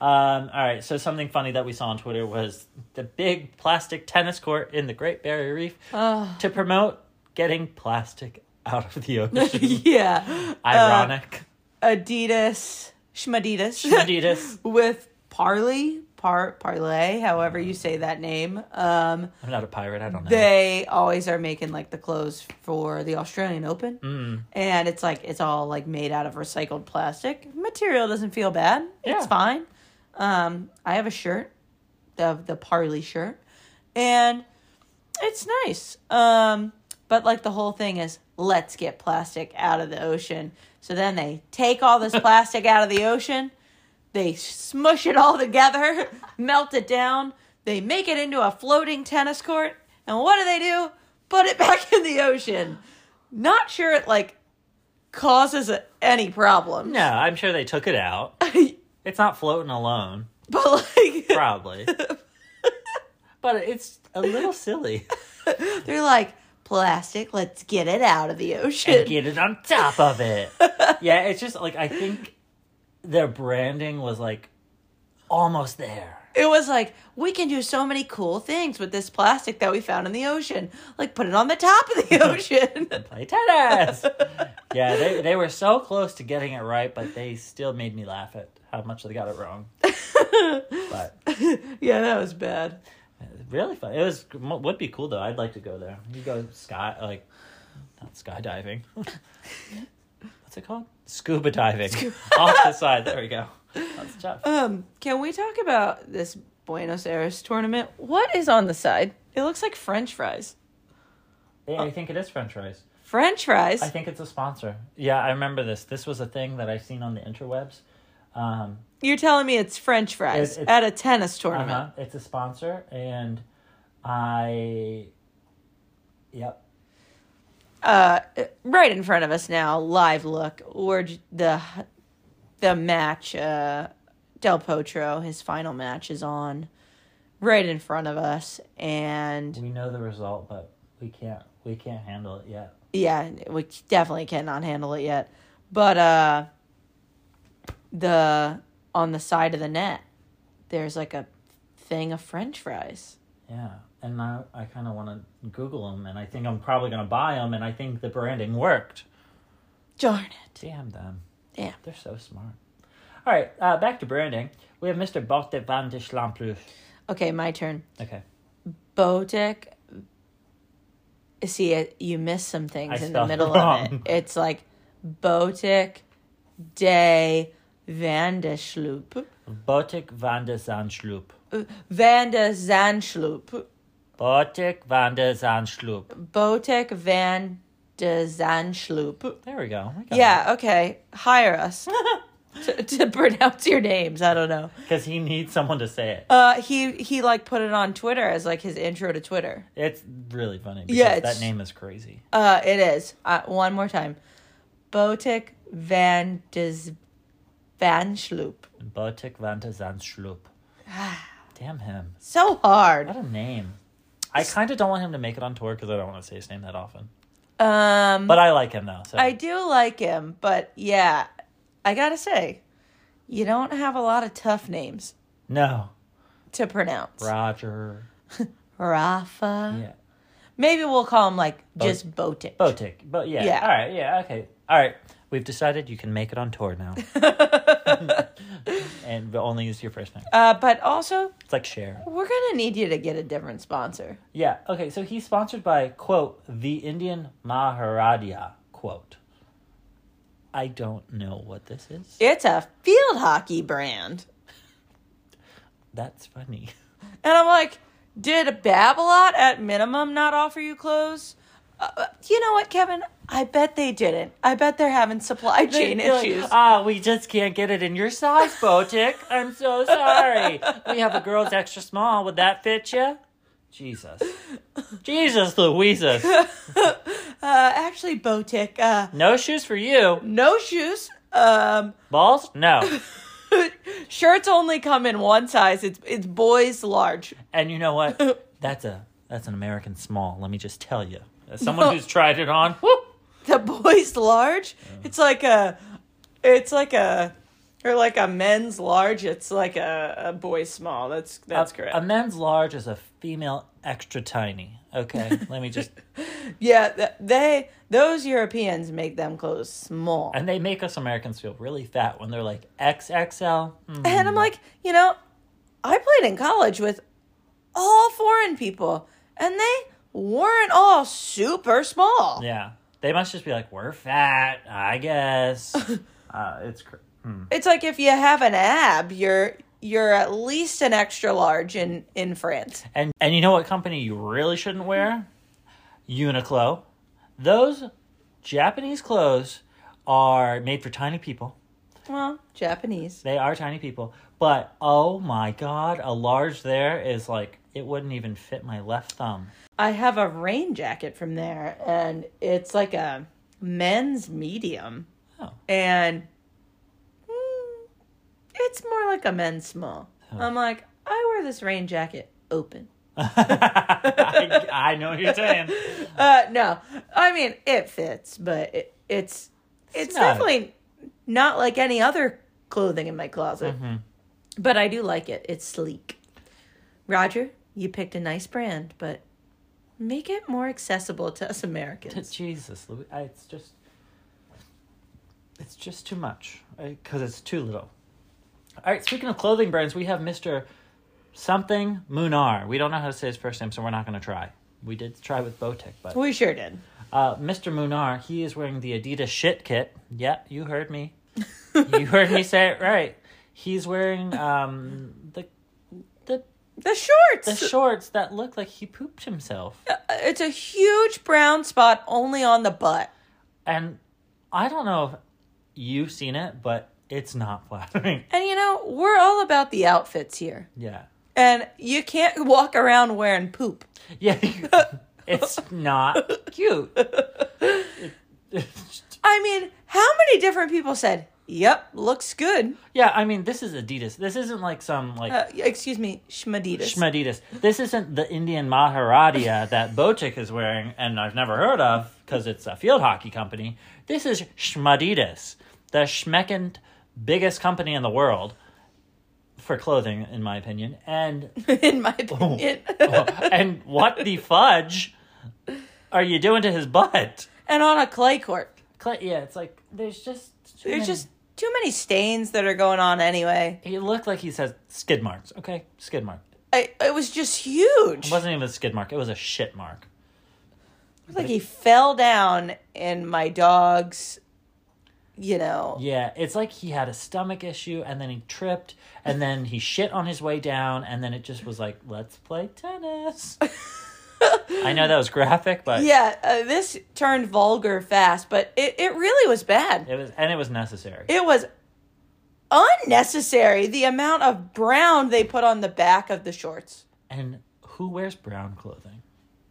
Um, all right, so something funny that we saw on Twitter was the big plastic tennis court in the Great Barrier Reef Oh. to promote getting plastic out of the ocean. yeah. Ironic. Adidas, Schmadidas, Adidas. with Parley, Par Parlay, however you say that name. Um, I'm not a pirate. I don't know. they always are making like the clothes for the Australian Open, and it's like it's all like made out of recycled plastic. Material doesn't feel bad. Yeah. It's fine. Um, I have a shirt, the the Parley shirt, and it's nice. Um, but like the whole thing is let's get plastic out of the ocean. So then they take all this plastic out of the ocean, they smush it all together, melt it down, they make it into a floating tennis court, and what do they do? Put it back in the ocean. Not sure it like causes a, any problems. no, I'm sure they took it out. It's not floating alone, but like probably. but it's a little silly. they're like plastic, let's get it out of the ocean. And get it on top of it. Yeah, it's just like I think their branding was like almost there. It was like, we can do so many cool things with this plastic that we found in the ocean. Like, put it on the top of the ocean. Play tennis. yeah, they they were so close to getting it right, but they still made me laugh at how much they got it wrong. but yeah, that was bad. Really fun. It was would be cool though. I'd like to go there. You go sky like not skydiving. What's it called? Scuba diving. Off the side. There we go. That's tough. Um, can we talk about this Buenos Aires tournament? What is on the side? It looks like French fries. Yeah, I think it is French fries. French fries? I think it's a sponsor. Yeah, I remember this. This was a thing that I seen on the interwebs. Um, You're telling me it's French fries It- it's- at a tennis tournament. uh-huh, it's a sponsor, and I. Yep. uh, right in front of us now, live look, or j- the the match, uh, Del Potro, his final match is on right in front of us, and We know the result, but we can't. We can't handle it yet. yeah, we definitely cannot handle it yet. But uh, the on the side of the net, there's like a thing of French fries. Yeah, and I, I kind of want to Google them, and I think I'm probably going to buy them, and I think the branding worked. Darn it. Damn them. Yeah. They're so smart. All right, uh, back to branding. We have Mr. Barthe van de Schlamplus. Okay, my turn. Okay. Botic. See, it, you missed some I things in the spelled it middle of it. wrong. It's like Botic de Vandeschloop. Botic van de Zandschloop. Van de Zandschloop. Botic van de Zandschloop. Botic van de Zandschloop. There we go. We got Yeah, okay. Hire us to, to pronounce your names. I don't know. Because he needs someone to say it. Uh, he he like put it on Twitter as like his intro to Twitter. It's really funny. Because Yeah, it's- That name is crazy. Uh, it is. Uh, one more time. Botic van des van Schloop. Botic van de Zandschloop. Damn him. So hard. What a name. I kind of don't want him to make it on tour because I don't want to say his name that often. Um, But I like him though. So I do like him, but yeah, I gotta say, you don't have a lot of tough names no to pronounce. Roger. Rafa. Yeah, Maybe we'll call him like just Botic. Botic. But yeah. Yeah. All right. Yeah. Okay. All right. We've decided you can make it on tour now, and we'll only use your first name. Uh, but also, It's like share. we're gonna need you to get a different sponsor. Yeah. Okay. So he's sponsored by quote the Indian Maharaja quote. I don't know what this is. It's a field hockey brand. That's funny. And I'm like, did Babolat at minimum not offer you clothes? Uh, uh, you know what, Kevin? I bet they didn't. I bet they're having supply chain They're like, issues. Ah, we just can't get it in your size, Botic. I'm so sorry. We have a girl's extra small. Would that fit you? Jesus. Jesus, Louisa. Uh, actually, Botic, uh, No shoes for you. no shoes. Um, Balls? No. shirts only come in one size. It's it's boys large. And you know what? That's a that's an American small. Let me just tell you. As someone who's tried it on, whoop, The boys large. It's like a, it's like a, or like a men's large. It's like a, a boys small. That's that's a, correct. A men's large is a female extra tiny. Okay, let me just. Yeah, th- they those Europeans make them clothes small. And they make us Americans feel really fat when they're like XXL. Mm. And I'm like, you know, I played in college with all foreign people, and they weren't all super small. Yeah. They must just be like, we're fat, I guess. uh, it's cr- hmm. It's like if you have an ab, you're you're at least an extra large in in France. and and you know what company you really shouldn't wear? Uniqlo. Those Japanese clothes are made for tiny people. Well, Japanese. They are tiny people, but oh my god, a large there is like it wouldn't even fit my left thumb. I have a rain jacket from there, and it's like a men's medium, Oh, and mm, it's more like a men's small. Oh. I'm like, I wear this rain jacket open. I, I know what you're saying. Uh, no, I mean it fits, but it, it's it's not- definitely not like any other clothing in my closet. Mm-hmm. But I do like it. It's sleek. Roger, you picked a nice brand, but make it more accessible to us Americans. Jesus, Louis, I, it's just, it's just too much because it's too little. All right. Speaking of clothing brands, we have Mister Something Munar. We don't know how to say his first name, so we're not going to try. We did try with Botic, but We sure did. uh, Mr. Munar, he is wearing the Adidas shit kit. Yep, you heard me. you heard me say it right. He's wearing um, the the The shorts. the shorts that look like he pooped himself. it's a huge brown spot only on the butt. And I don't know if you've seen it, but it's not flattering. And you know, we're all about the outfits here. Yeah. And you can't walk around wearing poop. Yeah. it's not cute. I mean, how many different people said, "Yep, looks good." yeah, I mean, this is Adidas. This isn't like some like Uh, excuse me, Schmadidas. Schmadidas. This isn't the Indian Maharadia that Botic is wearing, and I've never heard of because it's a field hockey company. This is Schmadidas, the schmeckend biggest company in the world for clothing, in my opinion. And in my Oh. opinion. and what the fudge are you doing to his butt? and on a clay court. Clay, yeah, it's like there's just too There's many- just too many stains that are going on anyway. he looked like he says skid marks. Okay, skid mark. I, it was just huge. It wasn't even a skid mark. It was a shit mark. It was like he fell down in my dog's, you know. Yeah, it's like he had a stomach issue and then he tripped and then he shit on his way down and then it just was like, let's play tennis. I know that was graphic, but Yeah, uh, this turned vulgar fast, but it, it really was bad. it was and it was necessary. It was unnecessary the amount of brown they put on the back of the shorts. and who wears brown clothing?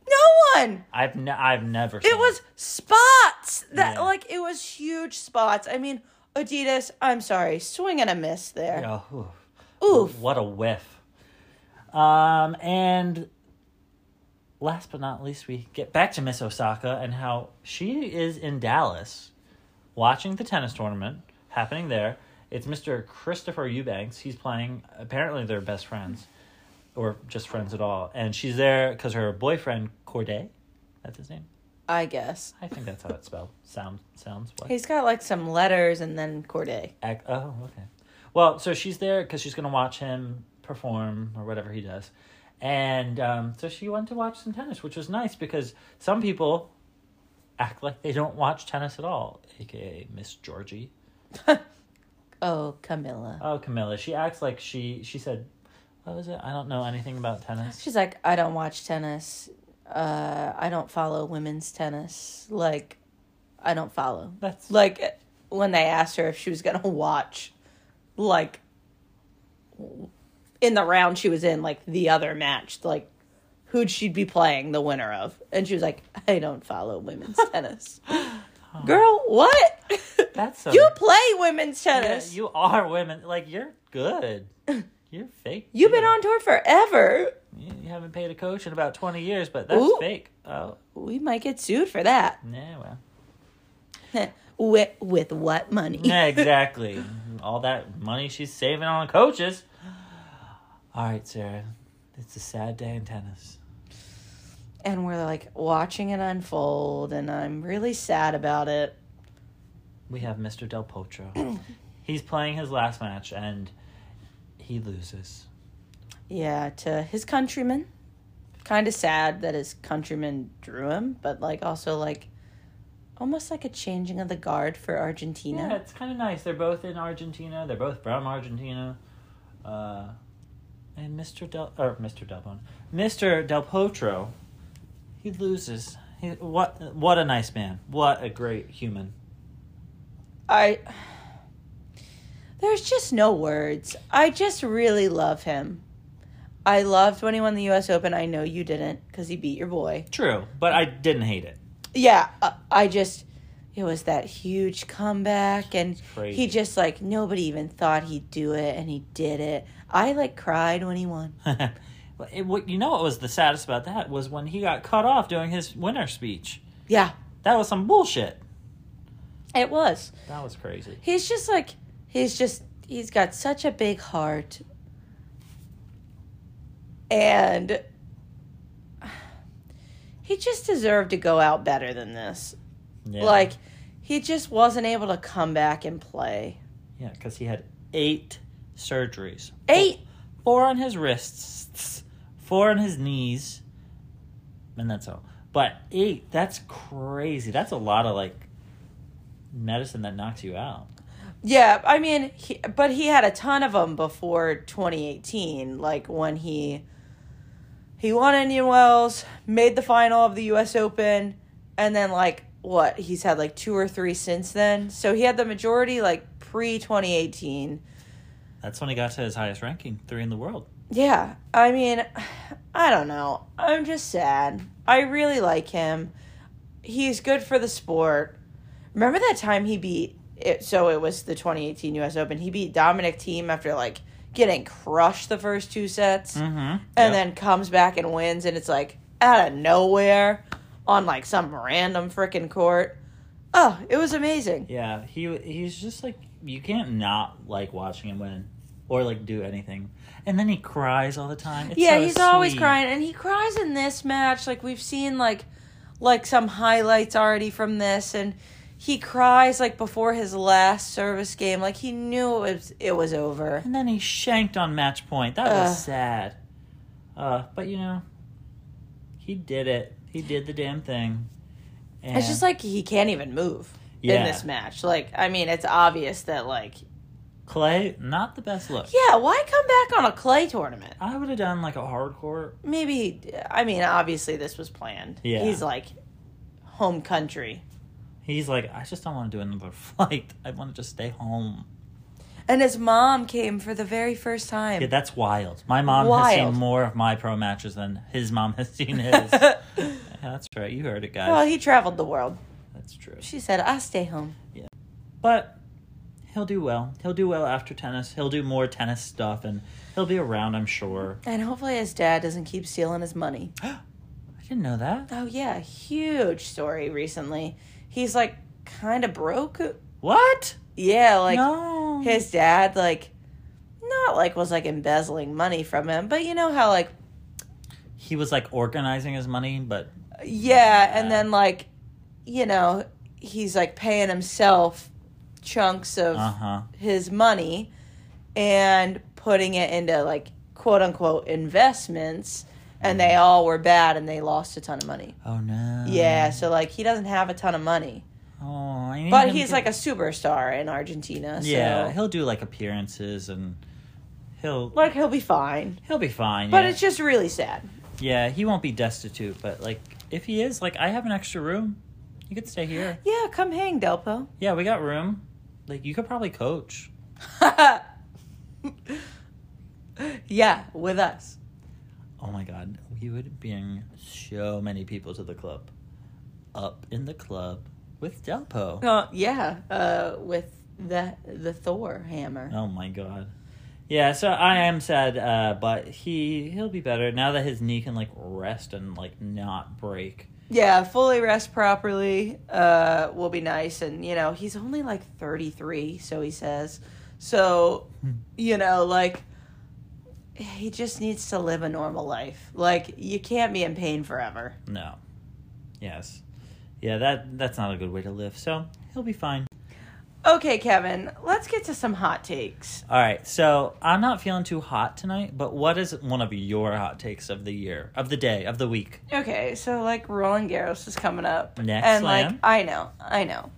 No one. I've ne- I've never seen It was spots that Yeah. like it was huge spots. I mean, Adidas, I'm sorry, swing and a miss there. Oh, whew. Oof. What a whiff. Um, and last but not least, we get back to Miss Osaka and how she is in Dallas watching the tennis tournament happening there. It's Mr. Christopher Eubanks. He's playing, apparently, they're best friends or just friends at all. And she's there because her boyfriend, Corday, that's his name. I guess. I think that's how it's spelled. Sound, sounds what? He's got like some letters and then Corday. Ac- oh, okay. Well, so she's there because she's going to watch him perform or whatever he does. And um, so she went to watch some tennis, which was nice because some people act like they don't watch tennis at all, aka Miss Georgie. Oh, Camilla. Oh, Camilla. She acts like she, she said, what was it? I don't know anything about tennis. She's like, I don't watch tennis. Uh, I don't follow women's tennis. Like, I don't follow. That's Like, when they asked her if she was going to watch, like, in the round she was in, like, the other match, like, who'd she be playing the winner of? And she was like, I don't follow women's tennis. Girl, what? Oh. that's so. you play women's Yeah, tennis. you are women. Like you're good. You're fake. You've been too. on tour forever. You you haven't paid a coach in about twenty years, but that's Ooh. fake. Oh, We might get sued for that. yeah. Well, with with what money? yeah, exactly. All that money she's saving on coaches. All right, Sarah. It's a sad day in tennis. and we're like watching it unfold, and I'm really sad about it. We have Mr. Del Potro. He's playing his last match and he loses. Yeah, to his countrymen. Kind of sad that his countrymen drew him, but like also like almost like a changing of the guard for Yeah, Argentina. it's kind of nice. They're both in Argentina. They're both from Argentina. Uh, and Mr. Del or Mr. Delbon, Mr. Del Potro, he loses. He, what what a nice man. What a great human. I There's just no words. I just really love him. I loved when he won the US Open. I know you didn't cuz he beat your boy. True, but I didn't hate it. yeah uh, i just it was that huge comeback and crazy. he just like nobody even thought he'd do it and he did it i like cried when he won Well, it, what you know what was the saddest about that was when he got cut off during his winner speech. yeah That was some bullshit. it was That was crazy. he's just like he's just he's got such a big heart and he just deserved to go out better than this Yeah. like he just wasn't able to come back and play yeah, because he had eight surgeries. eight Four on his wrists, four on his knees, and that's all. But eight, that's crazy. That's a lot of like medicine that knocks you out. Yeah, I mean, he, but he had a ton of them before 2018, like when he he won Indian Wells, made the final of the U.S. Open, and then like what he's had like two or three since then. So he had the majority like pre 2018. That's when he got to his highest ranking, three in the world. Yeah, I mean, I don't know. I'm just sad. I really like him. He's good for the sport. Remember that time he beat it? So it was the 2018 U.S. Open. He beat Dominic Team after like getting crushed the first two sets, Mm-hmm. and then comes back and wins. And it's like out of nowhere on like some random freaking court. Oh, it was amazing. Yeah, he he's just like you can't not like watching him win or like do anything. And then he cries all the time. It's yeah, so he's always sweet. crying, and he cries in this match. Like we've seen, like like some highlights already from this, and he cries like before his last service game. Like he knew it was it was over. And then he shanked on match point. That was sad. Uh, but you know, he did it. He did the damn thing. And It's just like he can't even move in Yeah. this match. Like I mean, it's obvious that like Clay, not the best look. yeah, why come back on a clay tournament? I would have done like a hardcore. Maybe I mean, obviously this was planned. Yeah. He's like home country. He's like, I just don't want to do another flight. I want to just stay home. And his mom came for the very first time. Yeah, that's wild. My mom has Wild. seen more of my pro matches than his mom has seen his. Yeah, that's right. You heard it, guys. well, he traveled the world. that's true. She said, "I stay home." But he'll do well. He'll do well after tennis. He'll do more tennis stuff, and he'll be around, I'm sure. And hopefully his dad doesn't keep stealing his money. I didn't know that. Oh yeah, huge story recently. He's like kind of broke. What? Yeah, like no. his dad like not like was like embezzling money from him, but you know how like he was like organizing his money, but yeah, Yeah. and then like you know, he's like paying himself chunks of uh huh. his money and putting it into like quote unquote investments and they all were bad and they lost a ton of money. Oh no. Yeah, so like he doesn't have a ton of money. Oh, I need But him he's to- like a superstar in Argentina. So yeah. He'll do like appearances, and he'll like he'll be fine. he'll be fine. But yeah. it's just really sad. yeah, he won't be destitute. But like, if he is, like, I have an extra room. You could stay here. Yeah, come hang, Delpo. Yeah, we got room. Like, you could probably coach. yeah, with us. Oh my god, we would bring so many people to the club. Up in the club with Delpo. Uh, yeah, uh, with the the Thor hammer. Oh my god. Yeah, so I am sad, uh, but he he'll be better now that his knee can like rest and like not break. Yeah, fully rest properly uh, will be nice. And, you know, he's only like 33, so he says. So, Hmm. you know, like, he just needs to live a normal life. Like, you can't be in pain forever. No. Yes. Yeah, that that's not a good way to live. So he'll be fine. Okay, Kevin, let's get to some hot takes. All right. So I'm not feeling too hot tonight, but what is one of your hot takes of the year, of the day, of the week? Okay, so, like, Roland Garros is coming up. Next and, like, slam. I know, I know.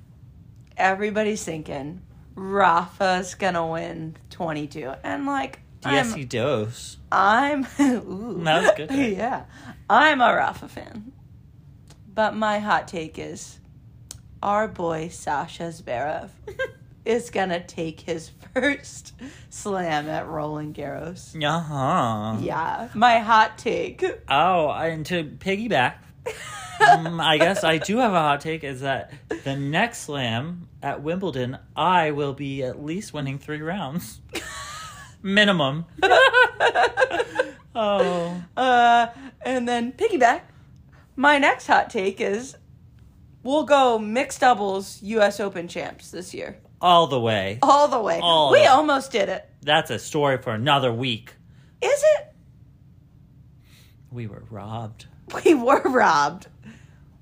Everybody's thinking Rafa's gonna win 22. And, like, I'm- Yes, he does. I'm. Ooh. That was good, right? yeah. I'm a Rafa fan. But my hot take is our boy Sasha Zverev is going to take his first slam at Roland Garros. Uh huh. Yeah. My hot take. Oh, and to piggyback, um, I guess I do have a hot take is that the next slam at Wimbledon, I will be at least winning three rounds. Minimum. Oh. Uh, and then piggyback. My next hot take is we'll go mixed doubles U.S. Open champs this year. All the way. All the way. All we the- almost did it. That's a story for another week. Is it? We were robbed. we were robbed.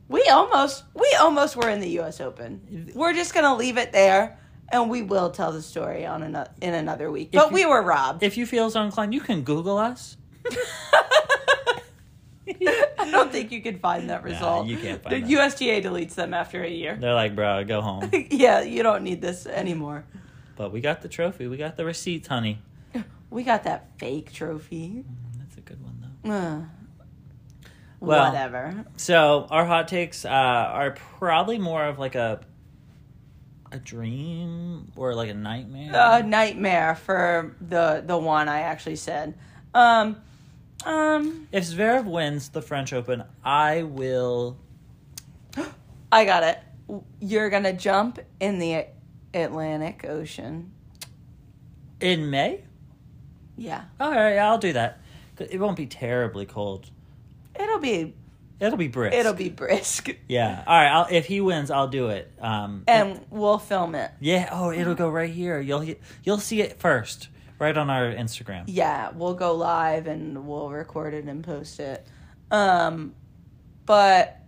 We almost we almost were in the U.S. Open. We're just gonna leave it there, and we will tell the story on another in another week. But you- we were robbed. If you feel so inclined, you can Google us. I don't think you can find that result. you can't the find that. USDA deletes them after a year. They're like, bro, go home. yeah, you don't need this anymore. But we got the trophy. We got the receipts, honey. We got that fake trophy. That's a good one, though. Ugh. Well- Whatever. So our hot takes uh, are probably more of like a a dream or like a nightmare. a nightmare for the the one I actually said. Um, um. if Zverev wins the French Open, I will. I got it. You're gonna jump in the Atlantic Ocean. In May, Yeah, all right, I'll do that. It won't be terribly cold. it'll be It'll be brisk. it'll be brisk, yeah. All right. I'll, if he wins, I'll do it. Um. and we'll film it. yeah. Oh, it'll go right here. You'll he- you'll see it first, right on our Instagram. Yeah, we'll go live and we'll record it and post it. Um, but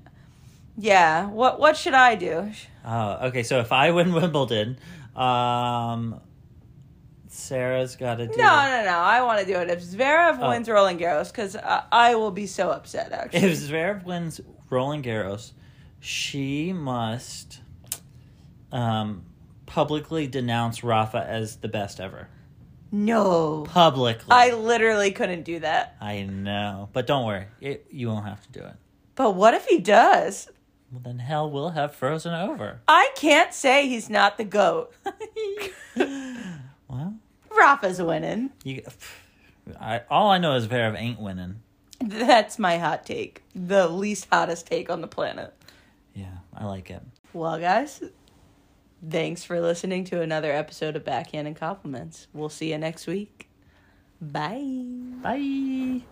Yeah. What What should I do? Uh, okay, so if I win Wimbledon, um, Sarah's got to do. No, no, no. I want to do it. If Zverev Oh. wins Roland Garros, because I, I will be so upset. Actually, If Zverev wins Roland Garros, she must um, publicly denounce Rafa as the best ever. no, Publicly. I literally couldn't do that. I know, but don't worry, it, you won't have to do it. But what if he does? Well, then hell, we'll have frozen over. I can't say he's not the goat. Well, Rafa's winning. you. I, all I know is Zverev ain't winning. That's my hot take. The least hottest take on the planet. Yeah, I like it. Well, guys, thanks for listening to another episode of Backhand and Compliments. We'll see you next week. Bye. Bye.